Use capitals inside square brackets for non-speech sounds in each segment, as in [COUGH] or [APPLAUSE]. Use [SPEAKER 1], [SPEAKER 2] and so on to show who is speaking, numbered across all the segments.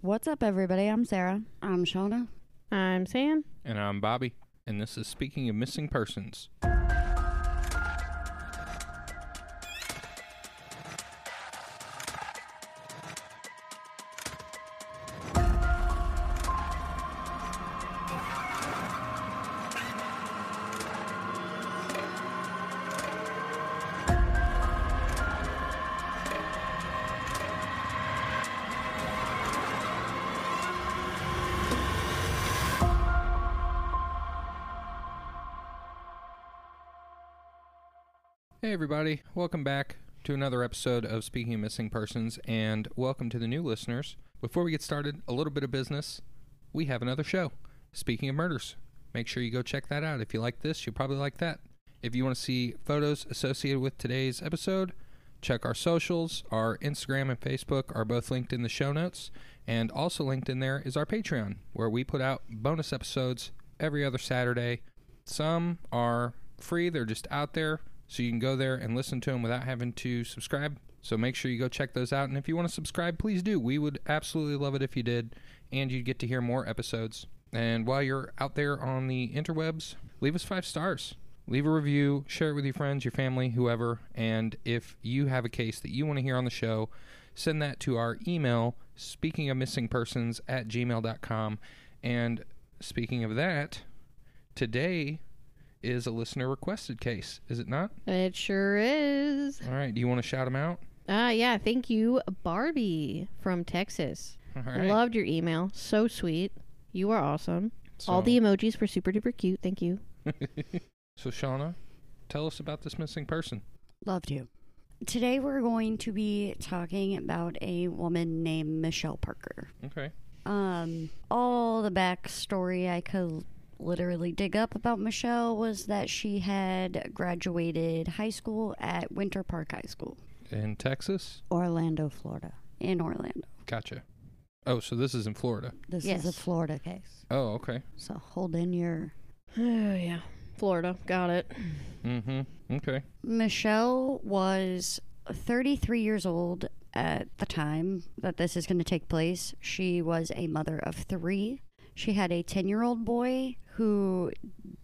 [SPEAKER 1] What's up, everybody? I'm Sarah.
[SPEAKER 2] I'm Shauna.
[SPEAKER 3] I'm Sam.
[SPEAKER 4] And I'm Bobby, and this is Speaking of Missing Persons. Hey, everybody, welcome back to another episode of Speaking of Missing Persons, and welcome to the new listeners. Before we get started, a little bit of business. We have another show, Speaking of Murders. Make sure you go check that out. If you like this, you'll probably like that. If you want to see photos associated with today's episode, check our socials. Our Instagram and Facebook are both linked in the show notes, and also linked in there is our Patreon, where we put out bonus episodes every other Saturday. Some are free, they're just out there, so you can go there and listen to them without having to subscribe. So make sure you go check those out. And if you want to subscribe, please do. We would absolutely love it if you did, and you'd get to hear more episodes. And while you're out there on the interwebs, leave us five stars. Leave a review, share it with your friends, your family, whoever. And if you have a case that you want to hear on the show, send that to our email, speaking of missing persons at gmail.com. And speaking of that, today is a listener requested case, is it not?
[SPEAKER 3] It sure is.
[SPEAKER 4] All right. Do you want to shout them out?
[SPEAKER 3] Ah, yeah. Thank you, Barbie from Texas.
[SPEAKER 4] All
[SPEAKER 3] I
[SPEAKER 4] right.
[SPEAKER 3] Loved your email. So sweet. You are awesome. All
[SPEAKER 4] So-
[SPEAKER 3] the emojis were super duper cute. Thank you.
[SPEAKER 4] [LAUGHS] So, Shauna, tell us about this missing person.
[SPEAKER 2] Loved you. Today we're going to be talking about a woman named Michelle Parker.
[SPEAKER 4] Okay.
[SPEAKER 2] Um, all the backstory I could literally dig up about Michelle was that she had graduated high school at Winter Park High School
[SPEAKER 4] In Texas?
[SPEAKER 1] Orlando, Florida.
[SPEAKER 2] in Orlando.
[SPEAKER 4] Gotcha. Oh, so this is in Florida.
[SPEAKER 1] This
[SPEAKER 2] Yes.
[SPEAKER 1] is a Florida case.
[SPEAKER 4] Oh, okay.
[SPEAKER 1] So hold in your.
[SPEAKER 3] [SIGHS] Oh, yeah. Florida. Got it.
[SPEAKER 4] Mm hmm. Okay.
[SPEAKER 2] Michelle was 33 years old at the time that this is going to take place. She was a mother of three. She had a 10 year old boy who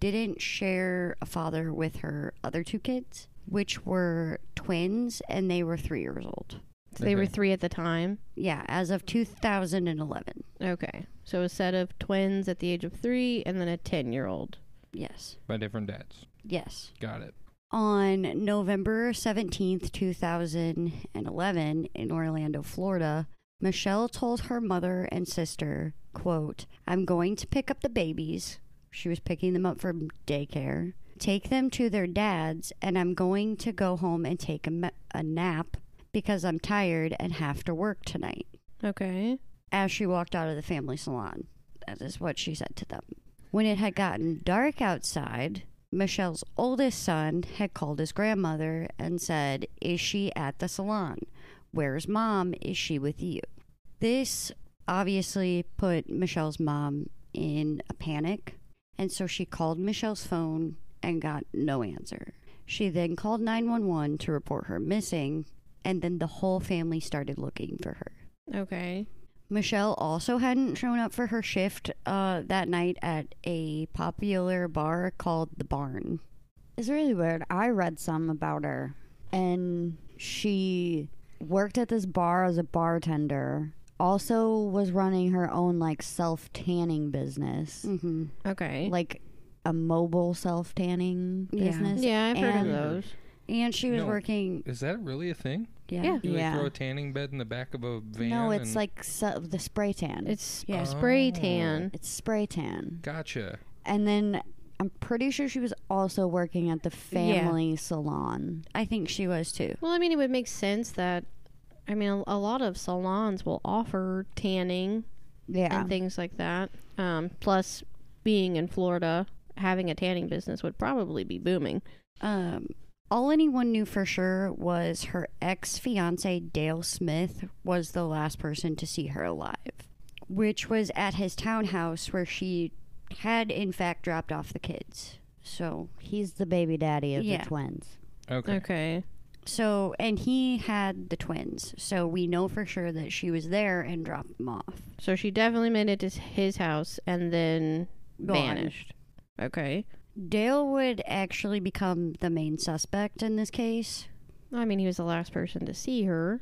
[SPEAKER 2] didn't share a father with her other two kids, which were twins, and they were three years old.
[SPEAKER 3] So They were
[SPEAKER 4] Okay.
[SPEAKER 3] three at the time.
[SPEAKER 2] Yeah, as of 2011.
[SPEAKER 3] Okay. So a set of twins at the age of three and then a 10 year old.
[SPEAKER 2] Yes,
[SPEAKER 4] By different dads.
[SPEAKER 2] yes.
[SPEAKER 4] Got it.
[SPEAKER 2] On November 17th, 2011, in Orlando, Florida, Michelle told her mother and sister, quote, I'm going to pick up the babies. She was picking them up from daycare. Take them to their dad's, and I'm going to go home and take a, ma- a nap because I'm tired and have to work tonight.
[SPEAKER 3] Okay.
[SPEAKER 2] As she walked out of the family salon, that is what she said to them. When it had gotten dark outside, Michelle's oldest son had called his grandmother and said, Is she at the salon? Where's mom? Is she with you? This obviously put Michelle's mom in a panic, and so she called Michelle's phone and got no answer. She then called 911 to report her missing, and then the whole family started looking for her.
[SPEAKER 3] Okay.
[SPEAKER 2] Michelle also hadn't shown up for her shift uh, that night at a popular bar called The Barn.
[SPEAKER 1] It's really weird. I read some about her, and she worked at this bar as a bartender. Also, was running her own like self tanning business,
[SPEAKER 2] Mm-hmm.
[SPEAKER 3] Okay.
[SPEAKER 1] like a mobile self tanning
[SPEAKER 2] Yeah.
[SPEAKER 1] business.
[SPEAKER 3] Mm. yeah, I've heard of
[SPEAKER 1] and-
[SPEAKER 3] those.
[SPEAKER 2] And she was
[SPEAKER 4] No.
[SPEAKER 2] working.
[SPEAKER 4] Is that really a thing?
[SPEAKER 2] Yeah.
[SPEAKER 3] Yeah.
[SPEAKER 4] Do
[SPEAKER 1] Yeah.
[SPEAKER 4] they throw a tanning bed in the back of a van?
[SPEAKER 1] No, it's
[SPEAKER 4] and-
[SPEAKER 1] like so, the spray tan. It's,
[SPEAKER 3] It's
[SPEAKER 2] Yeah.
[SPEAKER 3] spray
[SPEAKER 4] Oh.
[SPEAKER 3] tan.
[SPEAKER 1] it's spray tan.
[SPEAKER 4] Gotcha.
[SPEAKER 1] And then I'm pretty sure she was also working at the family salon.
[SPEAKER 2] I think she was too.
[SPEAKER 3] Well, I mean, it would make sense that, I mean, a, a lot of salons will offer tanning
[SPEAKER 1] Yeah.
[SPEAKER 3] and things like that. Um, plus, being in Florida, having a tanning business would probably be booming.
[SPEAKER 2] Um, all anyone knew for sure was her ex fiance, Dale Smith, was the last person to see her alive, which was at his townhouse where she had, in fact, dropped off the kids. So
[SPEAKER 1] He's the baby daddy of
[SPEAKER 2] Yeah.
[SPEAKER 1] the twins.
[SPEAKER 4] Okay.
[SPEAKER 3] Okay.
[SPEAKER 2] So, and he had the twins. So we know for sure that she was there and dropped them off.
[SPEAKER 3] So she definitely made it to s- his house and then
[SPEAKER 2] Gone.
[SPEAKER 3] vanished. Okay.
[SPEAKER 2] Dale would actually become the main suspect in this case.
[SPEAKER 3] I mean, he was the last person to see her.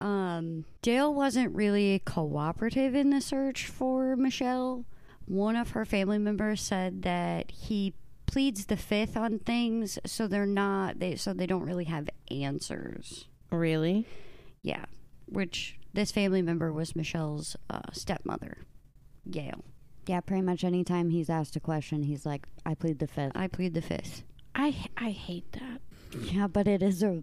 [SPEAKER 2] Um, Dale wasn't really cooperative in the search for Michelle. One of her family members said that he pleads the fifth on things, so they're not they so they don't really have answers.
[SPEAKER 3] Really?
[SPEAKER 2] Yeah, which this family member was Michelle's uh, stepmother, Yale.
[SPEAKER 1] Yeah, pretty much anytime he's asked a question, he's like, I plead the fifth.
[SPEAKER 2] I plead the fifth.
[SPEAKER 3] I h- I hate that.
[SPEAKER 1] Yeah, but it is a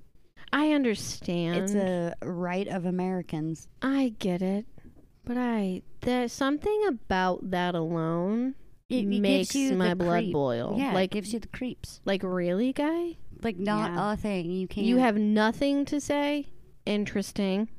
[SPEAKER 3] I understand.
[SPEAKER 1] it's a right of Americans.
[SPEAKER 3] I get it, but I there's something about that alone
[SPEAKER 2] It- it gives
[SPEAKER 3] makes
[SPEAKER 2] you the
[SPEAKER 3] my blood
[SPEAKER 2] creep.
[SPEAKER 3] boil.
[SPEAKER 2] Yeah, like,
[SPEAKER 3] like
[SPEAKER 2] it gives you the creeps.
[SPEAKER 3] like really, guy?
[SPEAKER 2] Like not
[SPEAKER 1] Yeah.
[SPEAKER 2] a thing. You can't.
[SPEAKER 3] You have nothing to say? Interesting.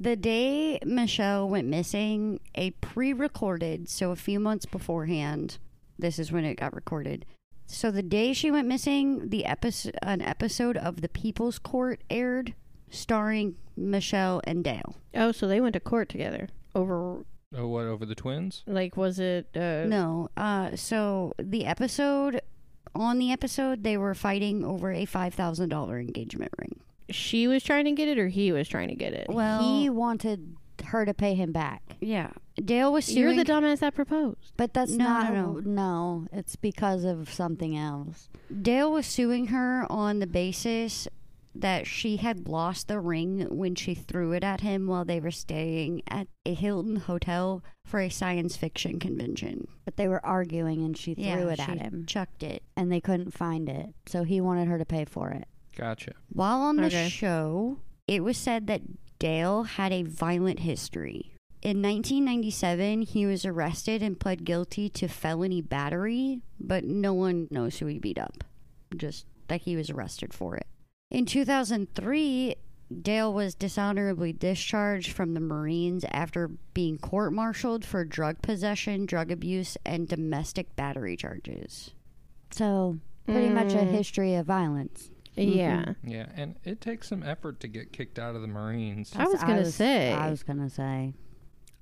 [SPEAKER 2] The day Michelle went missing, a pre recorded, so a few months beforehand, this is when it got recorded. So the day she went missing, the episode, an episode of The People's Court aired, starring Michelle and Dale.
[SPEAKER 3] Oh, so they went to court together over
[SPEAKER 4] Oh, what over the twins?
[SPEAKER 3] like was it uh
[SPEAKER 2] No, uh, so the episode, on the episode, they were fighting over a five thousand dollar engagement ring.
[SPEAKER 3] she was trying to get it or he was trying to get it?
[SPEAKER 2] Well,
[SPEAKER 1] he wanted her to pay him back.
[SPEAKER 2] yeah, Dale was suing.
[SPEAKER 3] You're the dumbass that proposed.
[SPEAKER 1] But that's
[SPEAKER 2] No,
[SPEAKER 1] not
[SPEAKER 2] no, no.
[SPEAKER 1] no, it's because of something else.
[SPEAKER 2] Dale was suing her on the basis that she had lost the ring when she threw it at him while they were staying at a Hilton hotel for a science fiction convention.
[SPEAKER 1] But they were arguing and she threw it
[SPEAKER 2] she
[SPEAKER 1] at him
[SPEAKER 2] Chucked it.
[SPEAKER 1] and they couldn't find it. So he wanted her to pay for it.
[SPEAKER 4] Gotcha.
[SPEAKER 2] While on the
[SPEAKER 3] Okay.
[SPEAKER 2] show, it was said that Dale had a violent history. In 1997, he was arrested and pled guilty to felony battery, but no one knows who he beat up, just that he was arrested for it. In 2003, Dale was dishonorably discharged from the Marines after being court martialed for drug possession, drug abuse, and domestic battery charges.
[SPEAKER 1] So pretty much a
[SPEAKER 3] Mm.
[SPEAKER 1] history of violence.
[SPEAKER 3] Yeah.
[SPEAKER 4] Yeah, and it takes some effort to get kicked out of the Marines.
[SPEAKER 3] I was
[SPEAKER 1] So
[SPEAKER 3] gonna say.
[SPEAKER 1] I was gonna say.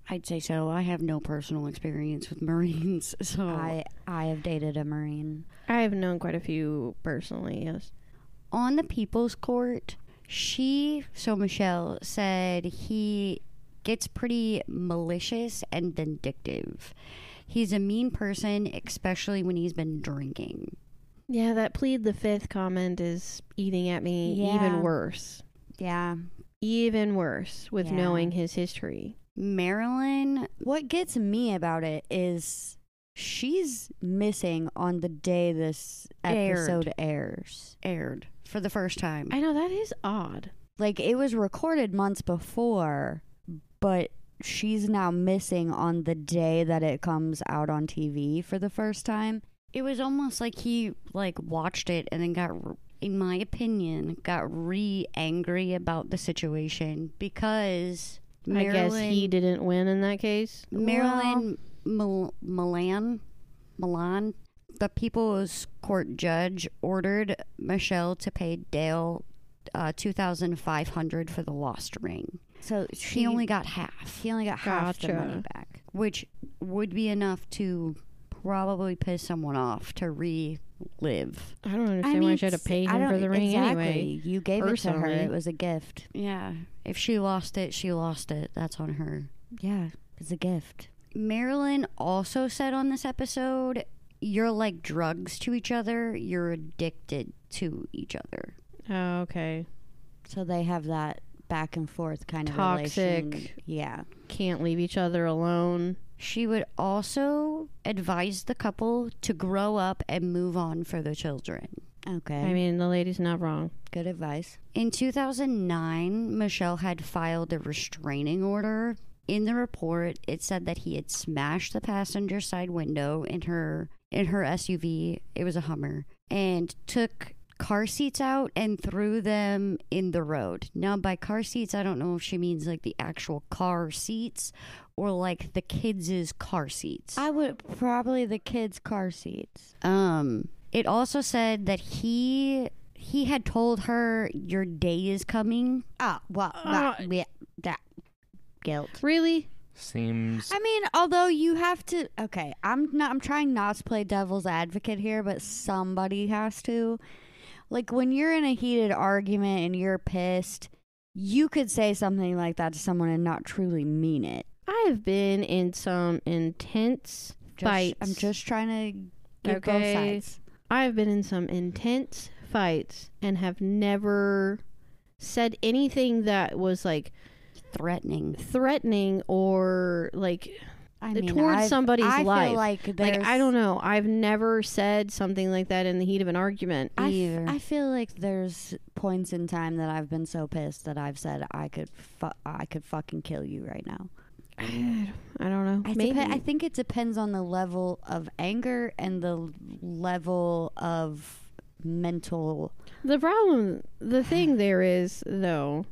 [SPEAKER 2] I'd say so. I have no personal experience with Marines, [LAUGHS]
[SPEAKER 3] Oh.
[SPEAKER 2] so
[SPEAKER 1] I I have dated a Marine.
[SPEAKER 3] I have known quite a few personally, yes.
[SPEAKER 2] on the people's court, she, so Michelle, said he gets pretty malicious and vindictive. He's a mean person, especially when he's been drinking.
[SPEAKER 3] Yeah, that plead the fifth comment is eating at me
[SPEAKER 1] Yeah.
[SPEAKER 3] even worse.
[SPEAKER 1] Yeah.
[SPEAKER 3] Even worse with
[SPEAKER 1] Yeah.
[SPEAKER 3] knowing his history.
[SPEAKER 2] Marilyn,
[SPEAKER 1] What gets me about it is she's missing on the day this
[SPEAKER 2] Aired.
[SPEAKER 1] episode airs.
[SPEAKER 2] aired for the first time.
[SPEAKER 3] I know that is odd.
[SPEAKER 1] Like it was recorded months before, but she's now missing on the day that it comes out on TV for the first time.
[SPEAKER 2] it was almost like he like watched it and then got r- in my opinion got re angry about the situation because Marilyn,
[SPEAKER 3] I guess he didn't win in that case.
[SPEAKER 2] Marilyn Mil- Milan, Milan, the People's Court judge ordered Michelle to pay Dale uh, two thousand five hundred for the lost ring.
[SPEAKER 1] So
[SPEAKER 2] She
[SPEAKER 1] she
[SPEAKER 2] only got half,
[SPEAKER 1] he only got half the money
[SPEAKER 3] Gotcha.
[SPEAKER 1] back.
[SPEAKER 2] which would be enough to probably piss someone off to relive.
[SPEAKER 3] I don't understand why she had to
[SPEAKER 1] it's-
[SPEAKER 3] pay
[SPEAKER 1] I
[SPEAKER 3] him for
[SPEAKER 1] don't-
[SPEAKER 3] the ring
[SPEAKER 1] exactly.
[SPEAKER 3] anyway.
[SPEAKER 1] You gave it to her.
[SPEAKER 3] personally.
[SPEAKER 1] It was a gift.
[SPEAKER 2] Yeah, if she lost it, she lost it. That's on her.
[SPEAKER 1] Yeah, it's a gift.
[SPEAKER 2] Marilyn also said on this episode, "You're like drugs to each other. You're addicted to each other."
[SPEAKER 3] Oh, okay.
[SPEAKER 1] So they have that back and forth kind of
[SPEAKER 3] Toxic.
[SPEAKER 1] relation. Yeah.
[SPEAKER 3] Can't leave each other alone.
[SPEAKER 2] She would also advise the couple to grow up and move on for the children.
[SPEAKER 1] Okay.
[SPEAKER 3] I mean, the lady's not wrong.
[SPEAKER 1] good advice.
[SPEAKER 2] In 2009, Michelle had filed a restraining order. In the report, it said that he had smashed the passenger side window in her in her SUV. It was a Hummer and took car seats out and threw them in the road. Now by car seats, I don't know if she means like the actual car seats or like the kids' car seats.
[SPEAKER 1] I would probably the kids' car seats.
[SPEAKER 2] Um, it also said that he he had told her your day is coming.
[SPEAKER 3] Oh,
[SPEAKER 1] Ah, well, that, yeah, that guilt.
[SPEAKER 3] Really?
[SPEAKER 4] Seems
[SPEAKER 1] I mean, although you have to, okay, I'm not. I'm trying not to play devil's advocate here, but somebody has to. Like when you're in a heated argument and you're pissed, you could say something like that to someone and not truly mean it.
[SPEAKER 3] I've been in some intense
[SPEAKER 1] Just-
[SPEAKER 3] fights.
[SPEAKER 1] I'm just trying to get
[SPEAKER 3] Okay.
[SPEAKER 1] both sides.
[SPEAKER 3] I've been in some intense fights and have never said anything that was like
[SPEAKER 2] Threatening.
[SPEAKER 3] threatening or like
[SPEAKER 1] I
[SPEAKER 3] The-
[SPEAKER 1] mean,
[SPEAKER 3] Uh, towards
[SPEAKER 1] I've-
[SPEAKER 3] somebody's
[SPEAKER 1] I
[SPEAKER 3] life.
[SPEAKER 1] Feel like,
[SPEAKER 3] like I
[SPEAKER 1] there's-
[SPEAKER 3] don't know. I've never said something like that in the heat of an argument.
[SPEAKER 1] I,
[SPEAKER 2] either.
[SPEAKER 1] f- I feel like there's points in time that I've been so pissed that I've said I could fu- I could fucking kill you right now.
[SPEAKER 3] [SIGHS] I don't know.
[SPEAKER 1] I,
[SPEAKER 3] Maybe.
[SPEAKER 1] depe- I think it depends on the level of anger and the l- level of mental.
[SPEAKER 3] The problem, the thing there is, though,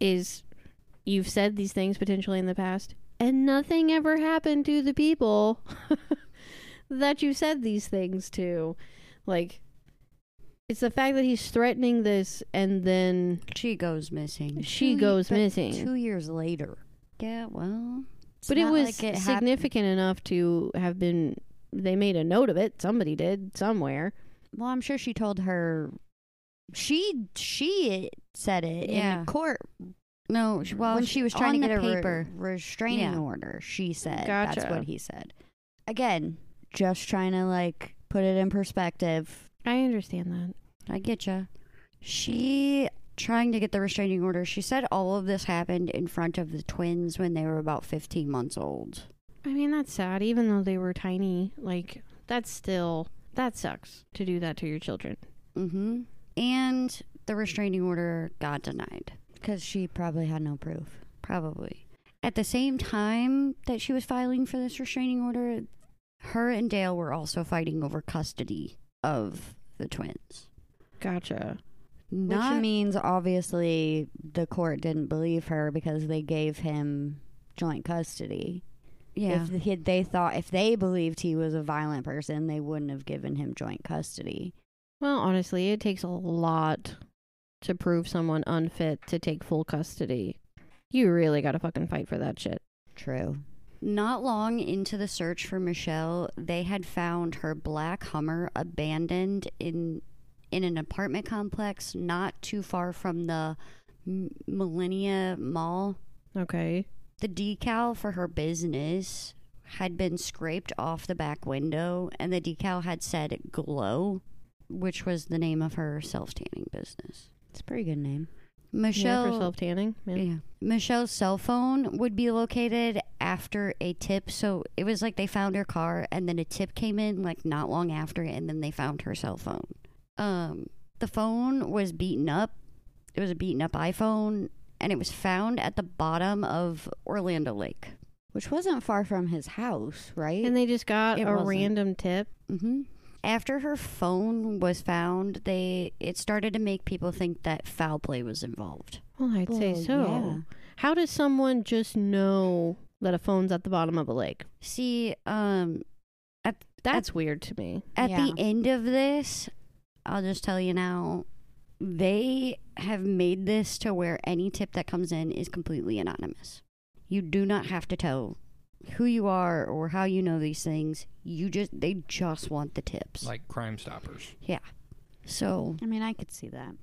[SPEAKER 3] is you've said these things potentially in the past, and nothing ever happened to the people [LAUGHS] that you said these things to. Like, it's the fact that he's threatening this, and then
[SPEAKER 2] She goes missing.
[SPEAKER 3] she
[SPEAKER 1] Two ye-
[SPEAKER 3] goes
[SPEAKER 1] but
[SPEAKER 3] missing.
[SPEAKER 1] two years later.
[SPEAKER 2] Yeah, well,
[SPEAKER 1] It's
[SPEAKER 3] but it
[SPEAKER 1] not
[SPEAKER 3] was
[SPEAKER 1] like it hap-
[SPEAKER 3] significant enough to have been. They made a note of it. Somebody did somewhere.
[SPEAKER 1] well, I'm sure she told her. She she said it
[SPEAKER 2] Yeah.
[SPEAKER 1] in court
[SPEAKER 2] no. sh- Well,
[SPEAKER 1] when
[SPEAKER 2] sh-
[SPEAKER 1] she was trying
[SPEAKER 2] Mm. on
[SPEAKER 1] to get a
[SPEAKER 2] the
[SPEAKER 1] re-
[SPEAKER 2] paper.
[SPEAKER 1] restraining
[SPEAKER 2] Yeah.
[SPEAKER 1] order. She said that's
[SPEAKER 3] Gotcha.
[SPEAKER 1] what he said. Again, just trying to like put it in perspective.
[SPEAKER 3] I understand that.
[SPEAKER 2] I get ya. She trying to get the restraining order. She said all of this happened in front of the twins when they were about 15 months old.
[SPEAKER 3] I mean, that's sad. Even though they were tiny, like that's still that sucks to do that to your children.
[SPEAKER 2] Mm-hmm. And the restraining order got denied.
[SPEAKER 1] Because she probably had no proof.
[SPEAKER 2] Probably. At the same time that she was filing for this restraining order, her and Dale were also fighting over custody of the twins.
[SPEAKER 3] Gotcha.
[SPEAKER 1] Which
[SPEAKER 2] Not
[SPEAKER 1] means obviously the court didn't believe her because they gave him joint custody.
[SPEAKER 2] yeah.
[SPEAKER 1] If he, they thought if they believed he was a violent person, they wouldn't have given him joint custody.
[SPEAKER 3] Well, honestly, it takes a lot to prove someone unfit to take full custody. You really got to fucking fight for that shit.
[SPEAKER 1] True.
[SPEAKER 2] Not long into the search for Michelle, they had found her black Hummer abandoned in in an apartment complex not too far from the M- Millennia Mall.
[SPEAKER 3] Okay.
[SPEAKER 2] The decal for her business had been scraped off the back window, and the decal had said Glow, which was the name of her self tanning business.
[SPEAKER 1] It's a pretty good name.
[SPEAKER 2] Michelle.
[SPEAKER 3] yeah, for self tanning.
[SPEAKER 2] Yeah. Michelle's cell phone would be located after a tip. So it was like they found her car and then a tip came in like not long after and then they found her cell phone. Um the phone was beaten up. It was a beaten up iPhone and it was found at the bottom of Orlando Lake.
[SPEAKER 1] Which wasn't far from his house, right?
[SPEAKER 3] And they just got
[SPEAKER 1] It
[SPEAKER 3] a
[SPEAKER 1] wasn't.
[SPEAKER 3] random tip.
[SPEAKER 2] hmm After her phone was found, they it started to make people think that foul play was involved.
[SPEAKER 3] Well, I'd say
[SPEAKER 1] Well,
[SPEAKER 3] so.
[SPEAKER 1] yeah.
[SPEAKER 3] How does someone just know that a phone's at the bottom of a lake?
[SPEAKER 2] See, um
[SPEAKER 3] That's weird to me.
[SPEAKER 2] At
[SPEAKER 1] Yeah.
[SPEAKER 2] the end of this, I'll just tell you now, they have made this to where any tip that comes in is completely anonymous. You do not have to tell who you are or how you know these things. You just they just want the tips.
[SPEAKER 4] like Crime Stoppers.
[SPEAKER 2] So,
[SPEAKER 1] I mean, I could see that.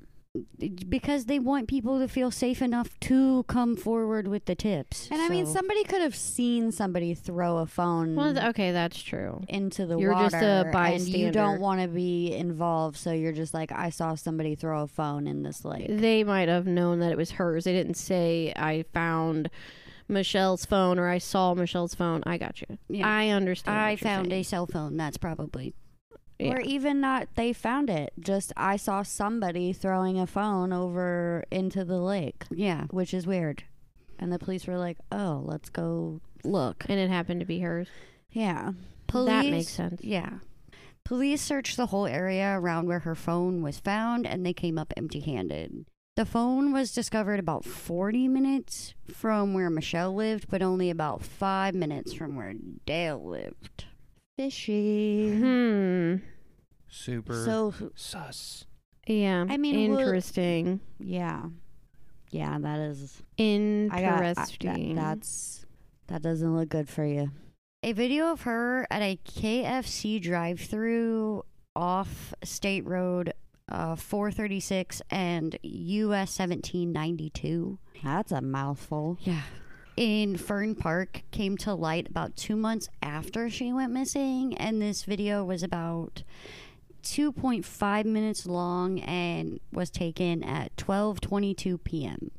[SPEAKER 2] because they want people to feel safe enough to come forward with the tips.
[SPEAKER 1] And I mean,
[SPEAKER 2] So-
[SPEAKER 1] somebody could have seen somebody throw a phone
[SPEAKER 3] Well, th- okay, that's true.
[SPEAKER 1] into the
[SPEAKER 3] You're
[SPEAKER 1] water,
[SPEAKER 3] just a
[SPEAKER 1] and you
[SPEAKER 3] bystander.
[SPEAKER 1] don't want to be involved. So you're just like, I saw somebody throw a phone in this lake.
[SPEAKER 3] they might have known that it was hers. They didn't say I found Michelle's phone or I saw Michelle's phone. I got you.
[SPEAKER 2] Yeah.
[SPEAKER 3] I understand.
[SPEAKER 2] I found a cell phone. That's probably
[SPEAKER 1] Or even not, they found it. Just, I saw somebody throwing a phone over into the lake,
[SPEAKER 2] yeah.
[SPEAKER 1] which is weird. And the police were like, oh, let's go.
[SPEAKER 2] Look,
[SPEAKER 3] and it happened to be hers.
[SPEAKER 1] Yeah.
[SPEAKER 2] police
[SPEAKER 3] That makes sense.
[SPEAKER 2] Yeah. Police searched the whole area around where her phone was found and they came up empty handed. The phone was discovered about 40 minutes from where Michelle lived, but only about five minutes from where Dale lived.
[SPEAKER 1] Fishy.
[SPEAKER 3] Hmm.
[SPEAKER 4] Super
[SPEAKER 1] So,
[SPEAKER 4] sus.
[SPEAKER 3] Yeah.
[SPEAKER 1] I mean, we'll-
[SPEAKER 3] interesting.
[SPEAKER 1] Yeah. Yeah, that is I got I- that-
[SPEAKER 3] Interesting.
[SPEAKER 1] that's that doesn't look good for you.
[SPEAKER 2] A video of her at a KFC drive-through off State Road uh, 436 and US 1792.
[SPEAKER 1] That's a mouthful.
[SPEAKER 2] Yeah. In Fern Park came to light about two months after she went missing, and this video was about 2.5 minutes long and was taken at 12:22 p.m.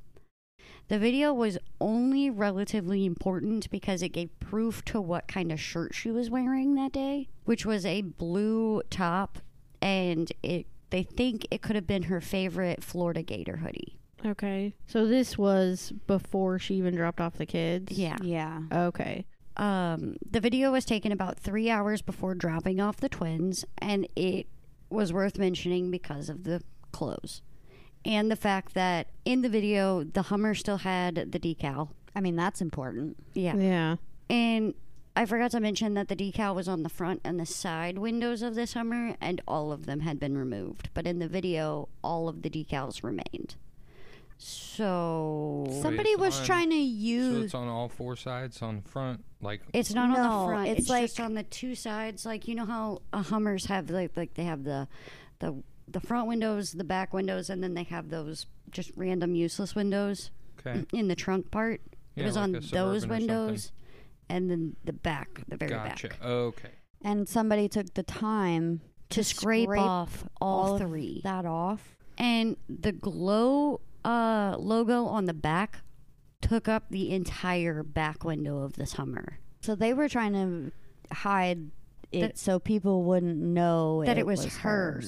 [SPEAKER 2] The video was only relatively important because it gave proof to what kind of shirt she was wearing that day, which was a blue top, and it they think it could have been her favorite Florida Gator hoodie.
[SPEAKER 3] okay. So this was before she even dropped off the kids.
[SPEAKER 2] Yeah.
[SPEAKER 1] Yeah.
[SPEAKER 3] Okay.
[SPEAKER 2] Um, the video was taken about three hours before dropping off the twins, and it was worth mentioning because of the clothes and the fact that in the video the Hummer still had the decal.
[SPEAKER 1] I mean, that's important.
[SPEAKER 2] Yeah,
[SPEAKER 3] Yeah.
[SPEAKER 2] and I forgot to mention that the decal was on the front and the side windows of this Hummer, and all of them had been removed. But in the video, all of the decals remained. So
[SPEAKER 1] Somebody
[SPEAKER 4] it's
[SPEAKER 1] was
[SPEAKER 4] on-
[SPEAKER 1] trying to
[SPEAKER 4] So
[SPEAKER 1] use
[SPEAKER 4] it's on all four sides, on front, like
[SPEAKER 2] It's not on
[SPEAKER 1] No,
[SPEAKER 2] the front.
[SPEAKER 1] it's
[SPEAKER 2] It's,
[SPEAKER 1] like-
[SPEAKER 2] just on the two sides. Like you know how uh, Hummers have like like they have the the the front windows, the back windows, and then they have those just random useless windows
[SPEAKER 4] okay,
[SPEAKER 2] in the trunk part.
[SPEAKER 4] Yeah,
[SPEAKER 2] it was
[SPEAKER 4] like
[SPEAKER 2] on
[SPEAKER 4] a Suburban or
[SPEAKER 2] those
[SPEAKER 4] something.
[SPEAKER 2] windows, and then the back, the very
[SPEAKER 4] gotcha.
[SPEAKER 2] back,
[SPEAKER 4] Okay,
[SPEAKER 1] and somebody took the time
[SPEAKER 2] to, scrape, off all,
[SPEAKER 1] all of
[SPEAKER 2] three.
[SPEAKER 1] that off.
[SPEAKER 2] and the glow uh, logo on the back took up the entire back window of this Hummer.
[SPEAKER 1] So they were trying to hide it
[SPEAKER 2] That-
[SPEAKER 1] so people wouldn't know
[SPEAKER 2] that it was,
[SPEAKER 1] hers.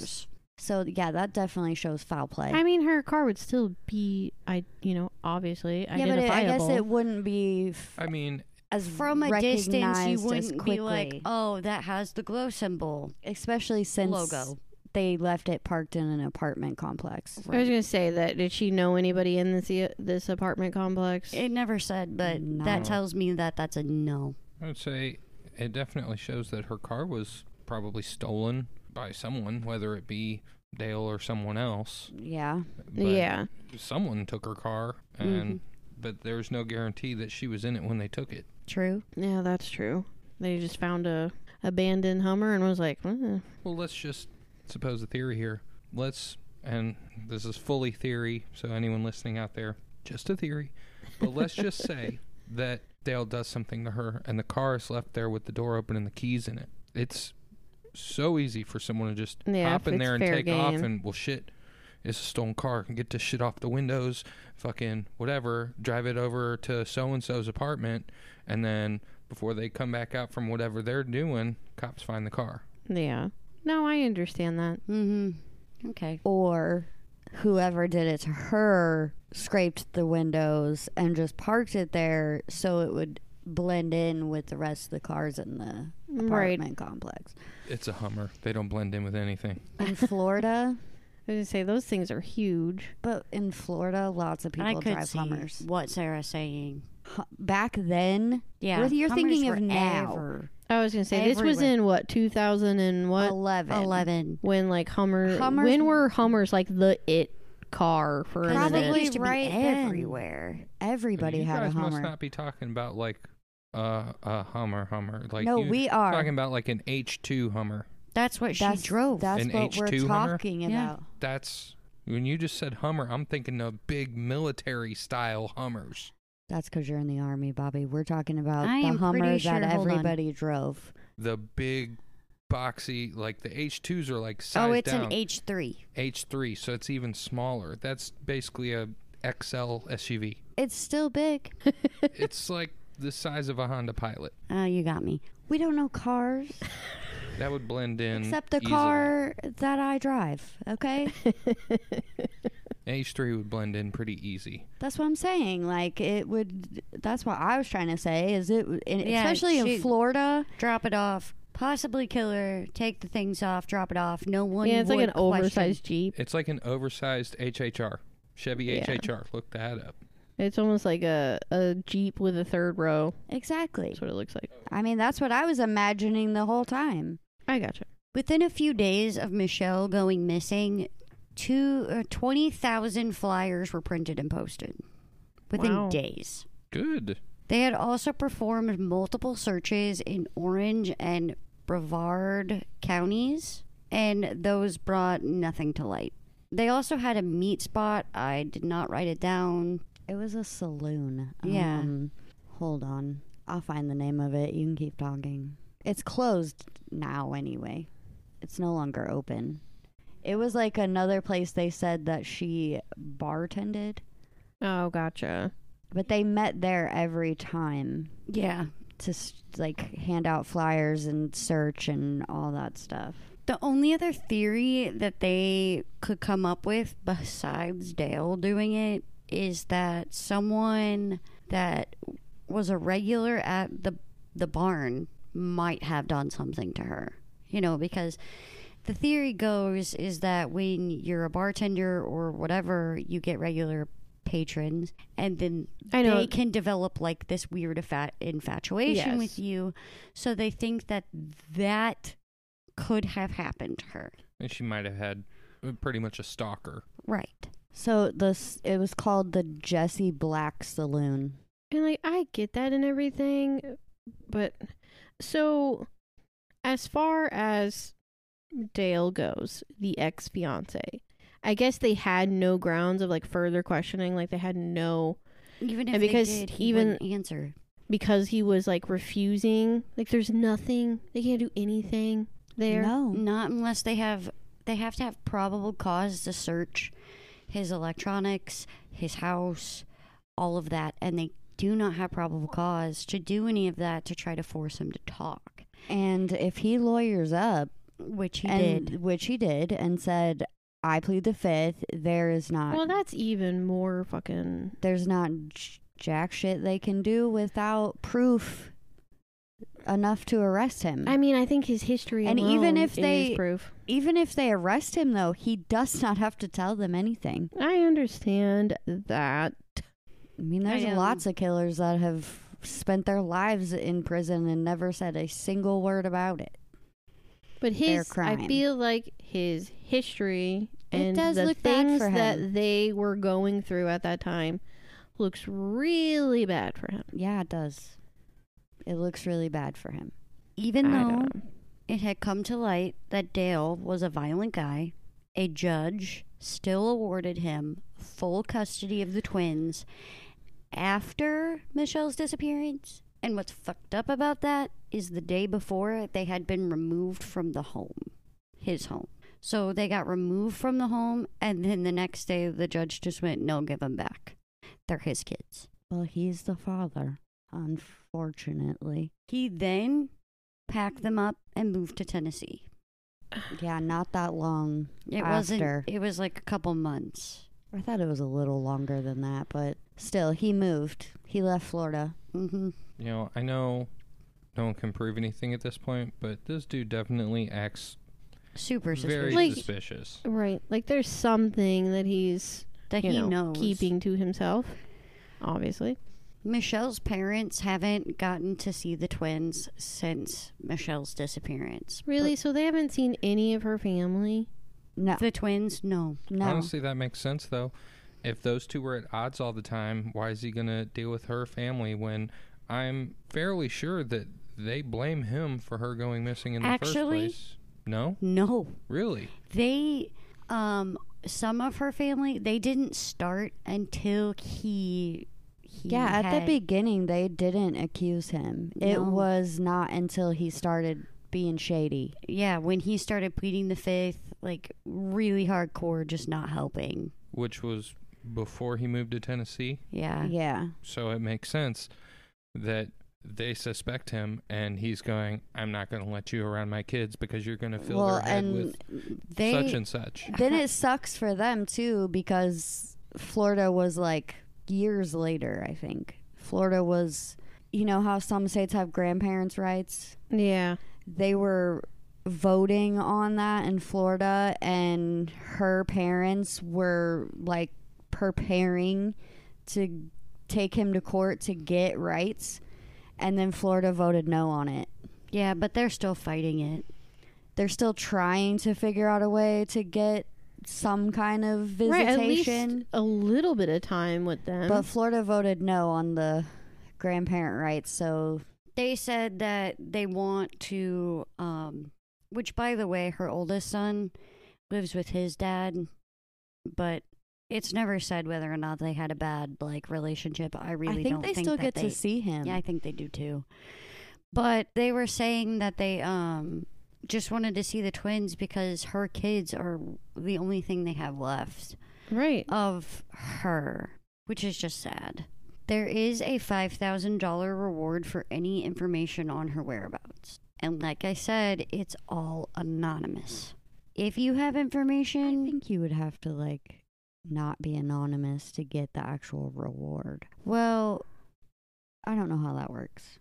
[SPEAKER 2] hers.
[SPEAKER 1] So yeah, that definitely shows foul play.
[SPEAKER 3] I mean, her car would still be, I you know, obviously
[SPEAKER 1] yeah, but it, I
[SPEAKER 3] identifiable.
[SPEAKER 1] guess it wouldn't be f-
[SPEAKER 4] I mean,
[SPEAKER 1] as
[SPEAKER 2] from a distance you
[SPEAKER 1] recognized as
[SPEAKER 2] wouldn't be like
[SPEAKER 1] quickly.
[SPEAKER 2] oh that has the glow symbol
[SPEAKER 1] especially since
[SPEAKER 2] logo
[SPEAKER 1] they left it parked in an apartment complex.
[SPEAKER 3] I was gonna say that. Did she know anybody in this uh, this apartment complex?
[SPEAKER 2] it never said but
[SPEAKER 1] No.
[SPEAKER 2] that tells me that that's a no
[SPEAKER 4] I would say it definitely shows that her car was probably stolen by someone, whether it be Dale or someone else.
[SPEAKER 1] Yeah,
[SPEAKER 4] But
[SPEAKER 3] yeah.
[SPEAKER 4] someone took her car, and but there's no guarantee that she was in it when they took it.
[SPEAKER 2] true
[SPEAKER 3] Yeah, that's true. They just found a abandoned Hummer and was like, "Hmm,
[SPEAKER 4] Well, let's just suppose a theory here. Let's, and this is fully theory, so anyone listening out there, just a theory. But
[SPEAKER 3] [LAUGHS]
[SPEAKER 4] let's just say that Dale does something to her and the car is left there with the door open and the keys in it. It's so easy for someone to just
[SPEAKER 3] Yeah,
[SPEAKER 4] hop
[SPEAKER 3] if
[SPEAKER 4] in
[SPEAKER 3] it's
[SPEAKER 4] there and
[SPEAKER 3] fair
[SPEAKER 4] take off
[SPEAKER 3] game.
[SPEAKER 4] and, well, shit. It's a stolen car. I can get this shit off the windows, fucking whatever. Drive it over to so and so's apartment, and then before they come back out from whatever they're doing, cops find the car.
[SPEAKER 3] yeah." No, I understand that.
[SPEAKER 2] mm-hmm okay
[SPEAKER 1] or whoever did it to her scraped the windows and just parked it there so it would blend in with the rest of the cars in the
[SPEAKER 3] Right.
[SPEAKER 1] apartment complex.
[SPEAKER 4] It's a Hummer. They don't blend in with anything.
[SPEAKER 2] [LAUGHS]
[SPEAKER 1] In Florida,
[SPEAKER 3] I was gonna say those things are huge.
[SPEAKER 1] but in Florida, lots of people
[SPEAKER 2] i could
[SPEAKER 1] drive
[SPEAKER 2] see
[SPEAKER 1] Hummers.
[SPEAKER 2] what sarah's saying
[SPEAKER 1] Hu- Back then,
[SPEAKER 2] yeah
[SPEAKER 1] Ruth, you're
[SPEAKER 2] Hummers
[SPEAKER 1] thinking of
[SPEAKER 2] were
[SPEAKER 1] now.
[SPEAKER 2] ever.
[SPEAKER 3] I was gonna say this was
[SPEAKER 1] Everywhere.
[SPEAKER 3] in what 2000 and what
[SPEAKER 1] 11.
[SPEAKER 2] 11
[SPEAKER 3] when like Hummer
[SPEAKER 1] Hummers-
[SPEAKER 3] when were Hummers like the it car for a
[SPEAKER 1] Probably
[SPEAKER 3] minute?
[SPEAKER 2] They used to be
[SPEAKER 1] right then.
[SPEAKER 2] everywhere
[SPEAKER 1] Everybody
[SPEAKER 4] you
[SPEAKER 1] had a
[SPEAKER 4] guys
[SPEAKER 1] Hummer.
[SPEAKER 4] must not be talking about like uh, a Hummer, Hummer. Like
[SPEAKER 1] no,
[SPEAKER 4] you
[SPEAKER 1] we are.
[SPEAKER 4] talking about like an H two Hummer.
[SPEAKER 2] that's what
[SPEAKER 1] that's,
[SPEAKER 2] she drove
[SPEAKER 1] That's
[SPEAKER 4] An
[SPEAKER 1] what we're
[SPEAKER 4] H2 Hummer?
[SPEAKER 1] talking
[SPEAKER 2] Yeah.
[SPEAKER 1] about.
[SPEAKER 4] That's when you just said Hummer. I'm thinking of big military style Hummers.
[SPEAKER 1] That's because you're in the army, Bobby. We're talking about
[SPEAKER 2] I
[SPEAKER 1] the
[SPEAKER 2] am pretty
[SPEAKER 1] Hummer
[SPEAKER 2] sure-
[SPEAKER 1] that
[SPEAKER 2] hold on.
[SPEAKER 1] everybody drove.
[SPEAKER 4] The big boxy, like the H twos are like size
[SPEAKER 2] oh it's
[SPEAKER 4] down.
[SPEAKER 2] an h3
[SPEAKER 4] H three, so it's even smaller. That's basically a XL
[SPEAKER 1] [LAUGHS]
[SPEAKER 4] SUV.
[SPEAKER 1] It's
[SPEAKER 2] [LAUGHS]
[SPEAKER 1] still big.
[SPEAKER 4] it's like the size of a Honda Pilot.
[SPEAKER 2] oh you got me
[SPEAKER 1] We don't know cars
[SPEAKER 4] That would blend in.
[SPEAKER 1] except the
[SPEAKER 4] easily.
[SPEAKER 1] car that I drive.
[SPEAKER 2] [LAUGHS]
[SPEAKER 1] Okay,
[SPEAKER 4] H three would blend in pretty easy.
[SPEAKER 1] that's what I'm saying. Like it would. That's what I was trying to say. Is it, and
[SPEAKER 2] Yeah,
[SPEAKER 1] especially in
[SPEAKER 2] she-
[SPEAKER 1] Florida?
[SPEAKER 2] drop it off possibly kill her take the things off drop it off no one
[SPEAKER 3] yeah, it's like
[SPEAKER 2] would
[SPEAKER 3] an oversized
[SPEAKER 2] question.
[SPEAKER 3] Jeep.
[SPEAKER 4] It's like an oversized HHR. Chevy
[SPEAKER 3] Yeah.
[SPEAKER 4] HHR. Look that up.
[SPEAKER 3] It's almost like a a Jeep with a third row.
[SPEAKER 1] Exactly.
[SPEAKER 3] That's what it looks like.
[SPEAKER 4] Oh.
[SPEAKER 1] I mean, that's what I was imagining the whole time.
[SPEAKER 3] I gotcha.
[SPEAKER 2] Within a few days of Michelle going missing, two uh, 20,000 flyers were printed and posted within
[SPEAKER 3] Wow.
[SPEAKER 2] days.
[SPEAKER 4] Good.
[SPEAKER 2] They had also performed multiple searches in Orange and Brevard counties, and those brought nothing to light. They also had a meat spot. I did not write it down.
[SPEAKER 1] It was a saloon.
[SPEAKER 2] Yeah.
[SPEAKER 1] Um, hold on. I'll find the name of it. You can keep talking. It's closed now, anyway. It's no longer open. It was like another place they said that she bartended,
[SPEAKER 3] Oh, gotcha.
[SPEAKER 1] but they met there every time
[SPEAKER 2] Yeah.
[SPEAKER 1] to s- like hand out flyers and search and all that stuff.
[SPEAKER 2] The only other theory that they could come up with besides Dale doing it is that someone that was a regular at the the barn might have done something to her. You know, because the theory goes is that when you're a bartender or whatever, you get regular patrons and then
[SPEAKER 3] I know.
[SPEAKER 2] they can develop like this weird affa- infatuation
[SPEAKER 3] Yes.
[SPEAKER 2] with you. So they think that that could have happened to her.
[SPEAKER 4] And she might have had uh, pretty much a stalker.
[SPEAKER 2] Right.
[SPEAKER 1] So this it was called the Jesse Black Saloon.
[SPEAKER 3] And like I get that and everything, but so as far as Dale goes, the ex fiance, I guess they had no grounds of like further questioning. Like they had no
[SPEAKER 2] Even if
[SPEAKER 3] And
[SPEAKER 2] because
[SPEAKER 3] because
[SPEAKER 2] they did, he
[SPEAKER 3] even-
[SPEAKER 2] wouldn't answer.
[SPEAKER 3] because he was like refusing. Like there's nothing. They can't do anything there.
[SPEAKER 1] No.
[SPEAKER 2] Not unless they have they have to have probable cause to search his electronics, his house, all of that, and they do not have probable cause to do any of that to try to force him to talk,
[SPEAKER 1] And if he lawyers up,
[SPEAKER 2] which he
[SPEAKER 1] and,
[SPEAKER 2] did.
[SPEAKER 1] which he did, and said, "I plead the fifth. There is not,
[SPEAKER 3] Well, that's even more fucking.
[SPEAKER 1] there's not j- jack shit they can do without proof enough to arrest him.
[SPEAKER 3] I mean, I think his history
[SPEAKER 1] And
[SPEAKER 3] alone
[SPEAKER 1] even if
[SPEAKER 3] is
[SPEAKER 1] they-
[SPEAKER 3] proof,
[SPEAKER 1] Even if they arrest him, though, he does [LAUGHS] not have to tell them anything.
[SPEAKER 3] I understand that.
[SPEAKER 1] I mean, there's
[SPEAKER 2] I, um,
[SPEAKER 1] lots of killers that have spent their lives in prison and never said a single word about it.
[SPEAKER 3] But
[SPEAKER 1] their
[SPEAKER 3] his, I
[SPEAKER 1] crime.
[SPEAKER 3] feel like his history
[SPEAKER 1] It
[SPEAKER 3] and
[SPEAKER 1] does
[SPEAKER 3] the
[SPEAKER 1] look bad
[SPEAKER 3] things
[SPEAKER 1] for him.
[SPEAKER 3] that they were going through at that time looks really bad for him.
[SPEAKER 1] Yeah, it does. It looks really bad for him.
[SPEAKER 2] Even
[SPEAKER 3] I
[SPEAKER 2] though
[SPEAKER 3] don't know.
[SPEAKER 2] it had come to light that Dale was a violent guy, a judge still awarded him full custody of the twins after Michelle's disappearance. And what's fucked up about that is the day before they had been removed from the home, his home. So they got removed from the home, and then the next day the judge just went, no, give them back. They're his kids.
[SPEAKER 1] Well, he's the father, unfortunately.
[SPEAKER 2] He then packed them up and moved to Tennessee.
[SPEAKER 1] Yeah, not that long.
[SPEAKER 2] It
[SPEAKER 1] After.
[SPEAKER 2] wasn't. It was like a couple months.
[SPEAKER 1] I thought it was a little longer than that, but still, he moved. He left Florida.
[SPEAKER 2] hmm
[SPEAKER 4] You know, I know no one can prove anything at this point, but this dude definitely acts
[SPEAKER 2] Super
[SPEAKER 4] very
[SPEAKER 2] suspicious.
[SPEAKER 3] Like-
[SPEAKER 4] suspicious.
[SPEAKER 3] Right. Like there's something that he's
[SPEAKER 2] that
[SPEAKER 3] you
[SPEAKER 2] he
[SPEAKER 3] know,
[SPEAKER 2] knows.
[SPEAKER 3] keeping to himself. Obviously.
[SPEAKER 2] Michelle's parents haven't gotten to see the twins since Michelle's disappearance.
[SPEAKER 3] Really? So they haven't seen any of her family?
[SPEAKER 1] No,
[SPEAKER 2] But the twins? No.
[SPEAKER 1] no.
[SPEAKER 4] Honestly, that makes sense though. If those two were at odds all the time, why is he going to deal with her family when I'm fairly sure that they blame him for her going missing in the first
[SPEAKER 2] Actually-
[SPEAKER 4] place? No?
[SPEAKER 2] No.
[SPEAKER 4] Really?
[SPEAKER 2] They, um, some of her family, they didn't start until he. he
[SPEAKER 1] yeah, at
[SPEAKER 2] had-
[SPEAKER 1] the beginning, they didn't accuse him. It
[SPEAKER 2] No.
[SPEAKER 1] was not until he started being shady.
[SPEAKER 2] Yeah, when he started pleading the fifth, like really hardcore, just not helping.
[SPEAKER 4] Which was before he moved to Tennessee.
[SPEAKER 2] Yeah.
[SPEAKER 1] Yeah.
[SPEAKER 4] So it makes sense that they suspect him and he's going, I'm not going to let you around my kids because you're going to fill
[SPEAKER 1] Well,
[SPEAKER 4] their head
[SPEAKER 1] and
[SPEAKER 4] with
[SPEAKER 2] They
[SPEAKER 4] such and such.
[SPEAKER 1] then it sucks for them, too, because Florida was like years later, I think. Florida was, you know, how some states have grandparents' rights?
[SPEAKER 3] Yeah.
[SPEAKER 1] they were voting on that in Florida, and her parents were like preparing to take him to court to get rights, and then Florida voted no on it.
[SPEAKER 2] Yeah, but they're still fighting it.
[SPEAKER 1] They're still trying to figure out a way to get some kind of
[SPEAKER 3] Right, at least
[SPEAKER 1] visitation.
[SPEAKER 3] a little bit of time with them.
[SPEAKER 1] but Florida voted no on the grandparent rights, so
[SPEAKER 2] They said that they want to, um, which by the way, her oldest son lives with his dad, but it's never said whether or not they had a bad like relationship. I really
[SPEAKER 1] I think
[SPEAKER 2] don't
[SPEAKER 1] they
[SPEAKER 2] think
[SPEAKER 1] still
[SPEAKER 2] that
[SPEAKER 1] get
[SPEAKER 2] they-
[SPEAKER 1] to see him.
[SPEAKER 2] Yeah, I think they do too. But they were saying that they um just wanted to see the twins because her kids are the only thing they have left
[SPEAKER 3] right.
[SPEAKER 2] of her, which is just sad. There is a $5,000 reward for any information on her whereabouts. And like I said, it's all anonymous. If you have
[SPEAKER 1] I
[SPEAKER 2] information,
[SPEAKER 1] think you would have to like not be anonymous to get the actual reward.
[SPEAKER 2] well,
[SPEAKER 1] I don't know how that works.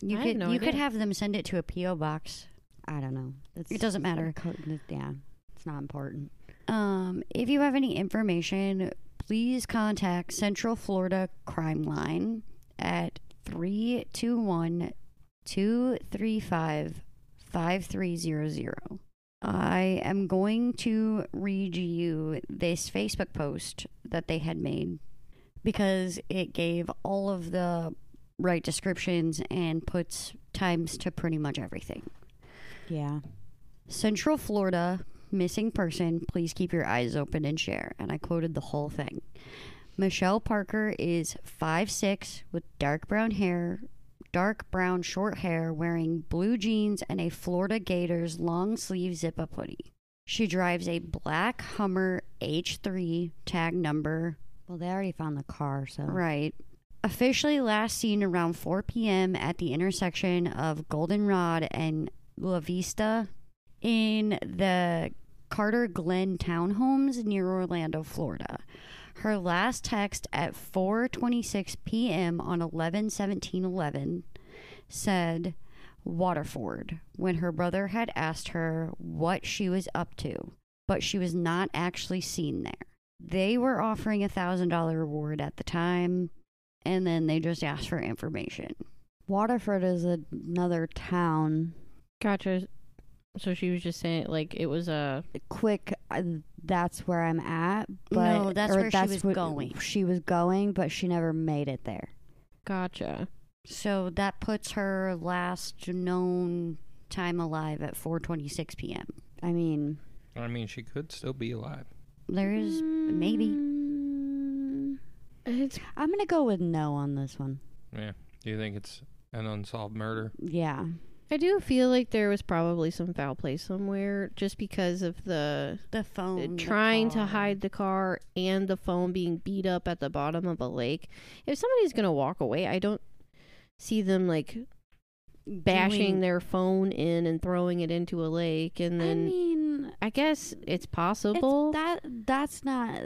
[SPEAKER 2] you
[SPEAKER 3] I have
[SPEAKER 2] could
[SPEAKER 3] no
[SPEAKER 2] you could
[SPEAKER 3] idea.
[SPEAKER 2] have them send it to a PO box.
[SPEAKER 1] I don't know. It's,
[SPEAKER 2] It doesn't matter.
[SPEAKER 1] co- Yeah, it's not important.
[SPEAKER 2] Um, if you have any information, please contact Central Florida Crime Line at 321 235 5300. I am going to read you this Facebook post that they had made because it gave all of the right descriptions and puts times to pretty much everything.
[SPEAKER 1] Yeah.
[SPEAKER 2] Central Florida, missing person, please keep your eyes open and share. And I quoted the whole thing. Michelle Parker is 5'6 with dark brown hair, dark brown short hair, wearing blue jeans and a Florida Gators long sleeve zip up hoodie. She drives a black Hummer H3 tag number
[SPEAKER 1] Well, they already found the car, so
[SPEAKER 2] Right. Officially last seen around 4 p.m. at the intersection of Goldenrod and La Vista in the Carter Glen townhomes near Orlando, Florida. Her last text at 4:26 p.m. on 11/17/11 said Waterford when her brother had asked her what she was up to, but she was not actually seen there they were offering a thousand dollar reward at the time and then they just asked for information
[SPEAKER 1] Waterford is a- another town.
[SPEAKER 3] Gotcha. So she was just saying like it was a
[SPEAKER 1] Quick, uh, that's where I'm at. But
[SPEAKER 2] No, that's
[SPEAKER 1] or
[SPEAKER 2] where she was
[SPEAKER 1] wh-
[SPEAKER 2] going.
[SPEAKER 1] She was going, but she never made it there.
[SPEAKER 3] gotcha.
[SPEAKER 2] so that puts her last known time alive at 4:26 p.m.
[SPEAKER 1] I mean,
[SPEAKER 4] I mean, she could still be alive.
[SPEAKER 2] there is maybe
[SPEAKER 1] Mm,
[SPEAKER 3] It's
[SPEAKER 1] I'm gonna go with no on this one.
[SPEAKER 4] Yeah. Do you think it's an unsolved murder?
[SPEAKER 1] Yeah,
[SPEAKER 3] I do feel like there was probably some foul play somewhere just because of the
[SPEAKER 2] the phone the
[SPEAKER 3] Uh, trying to
[SPEAKER 2] car.
[SPEAKER 3] hide the car and the phone being beat up at the bottom of a lake. If somebody's going to walk away, I don't see them like bashing
[SPEAKER 2] Doing-
[SPEAKER 3] their phone in and throwing it into a lake and
[SPEAKER 1] I
[SPEAKER 3] then
[SPEAKER 1] mean,
[SPEAKER 3] I guess it's
[SPEAKER 1] It's-
[SPEAKER 3] possible.
[SPEAKER 1] that that's not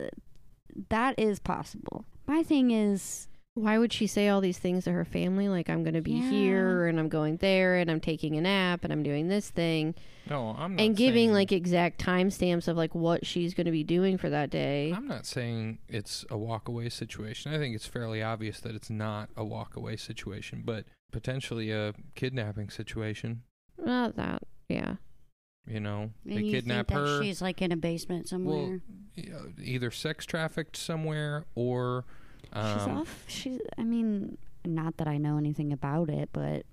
[SPEAKER 1] that is possible. My thing is
[SPEAKER 3] Why would she say all these things to her family like I'm going to be
[SPEAKER 1] Yeah.
[SPEAKER 3] here and I'm going there and I'm taking a nap and I'm doing this thing
[SPEAKER 4] No, I'm not.
[SPEAKER 3] and giving
[SPEAKER 4] saying-
[SPEAKER 3] like exact timestamps of like what she's going to be doing for that day?
[SPEAKER 4] I'm not saying it's a walk away situation. I think it's fairly obvious that it's not a walk away situation, but potentially a kidnapping situation.
[SPEAKER 3] Not that. Yeah.
[SPEAKER 4] You know,
[SPEAKER 2] and
[SPEAKER 4] they
[SPEAKER 2] you
[SPEAKER 4] kidnap
[SPEAKER 2] think that
[SPEAKER 4] her,
[SPEAKER 2] she's like in a basement somewhere
[SPEAKER 4] you know, either sex trafficked somewhere or.
[SPEAKER 1] she's
[SPEAKER 4] Um,
[SPEAKER 1] off. She's I mean, not that I know anything about it, but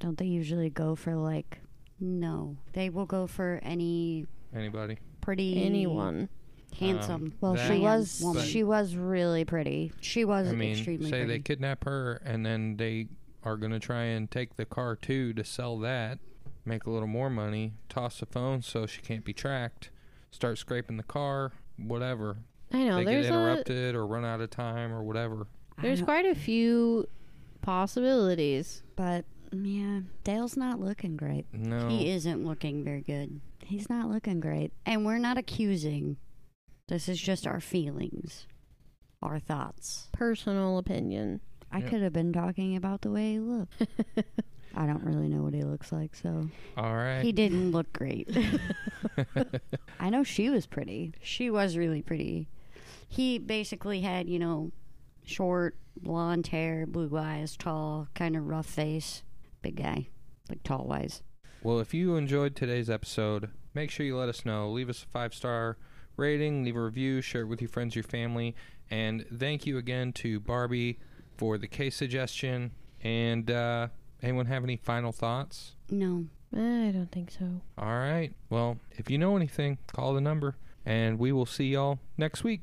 [SPEAKER 1] don't they usually go for like
[SPEAKER 2] no they will go for any
[SPEAKER 4] anybody.
[SPEAKER 2] pretty
[SPEAKER 3] Anyone.
[SPEAKER 2] handsome
[SPEAKER 4] Um,
[SPEAKER 1] well, she
[SPEAKER 4] That-
[SPEAKER 1] was
[SPEAKER 2] woman.
[SPEAKER 1] she was really pretty.
[SPEAKER 2] she was
[SPEAKER 4] I mean, say
[SPEAKER 2] extremely
[SPEAKER 4] they
[SPEAKER 2] pretty.
[SPEAKER 4] kidnap her and then they are going to try and take the car too to sell that, make a little more money, toss the phone so she can't be tracked, start scraping the car, whatever.
[SPEAKER 3] I know.
[SPEAKER 4] they get
[SPEAKER 3] there's a,
[SPEAKER 4] interrupted or run out of time or whatever.
[SPEAKER 1] I
[SPEAKER 3] there's
[SPEAKER 1] don't-
[SPEAKER 3] quite a few possibilities.
[SPEAKER 1] but yeah, Dale's not looking great.
[SPEAKER 4] No.
[SPEAKER 2] he isn't looking very good
[SPEAKER 1] He's not looking great.
[SPEAKER 2] And we're not accusing. This is just our feelings, our thoughts.
[SPEAKER 3] Personal opinion.
[SPEAKER 1] I
[SPEAKER 4] Yeah.
[SPEAKER 1] could have been talking about the way he looked.
[SPEAKER 2] [LAUGHS]
[SPEAKER 1] I don't really know what he looks like, so
[SPEAKER 4] All right.
[SPEAKER 2] He didn't look great. [LAUGHS]
[SPEAKER 1] I know she was pretty.
[SPEAKER 2] she was really pretty. He basically had, you know, short, blonde hair, blue eyes, tall, kind of rough face, big guy, like tall wise.
[SPEAKER 4] Well, if you enjoyed today's episode, make sure you let us know. Leave us a five star rating, leave a review, share it with your friends, your family. And thank you again to Barbie for the case suggestion. And uh, anyone have any final thoughts?
[SPEAKER 2] No.
[SPEAKER 3] I don't think so.
[SPEAKER 4] All right. Well, if you know anything, call the number. And we will see y'all next week.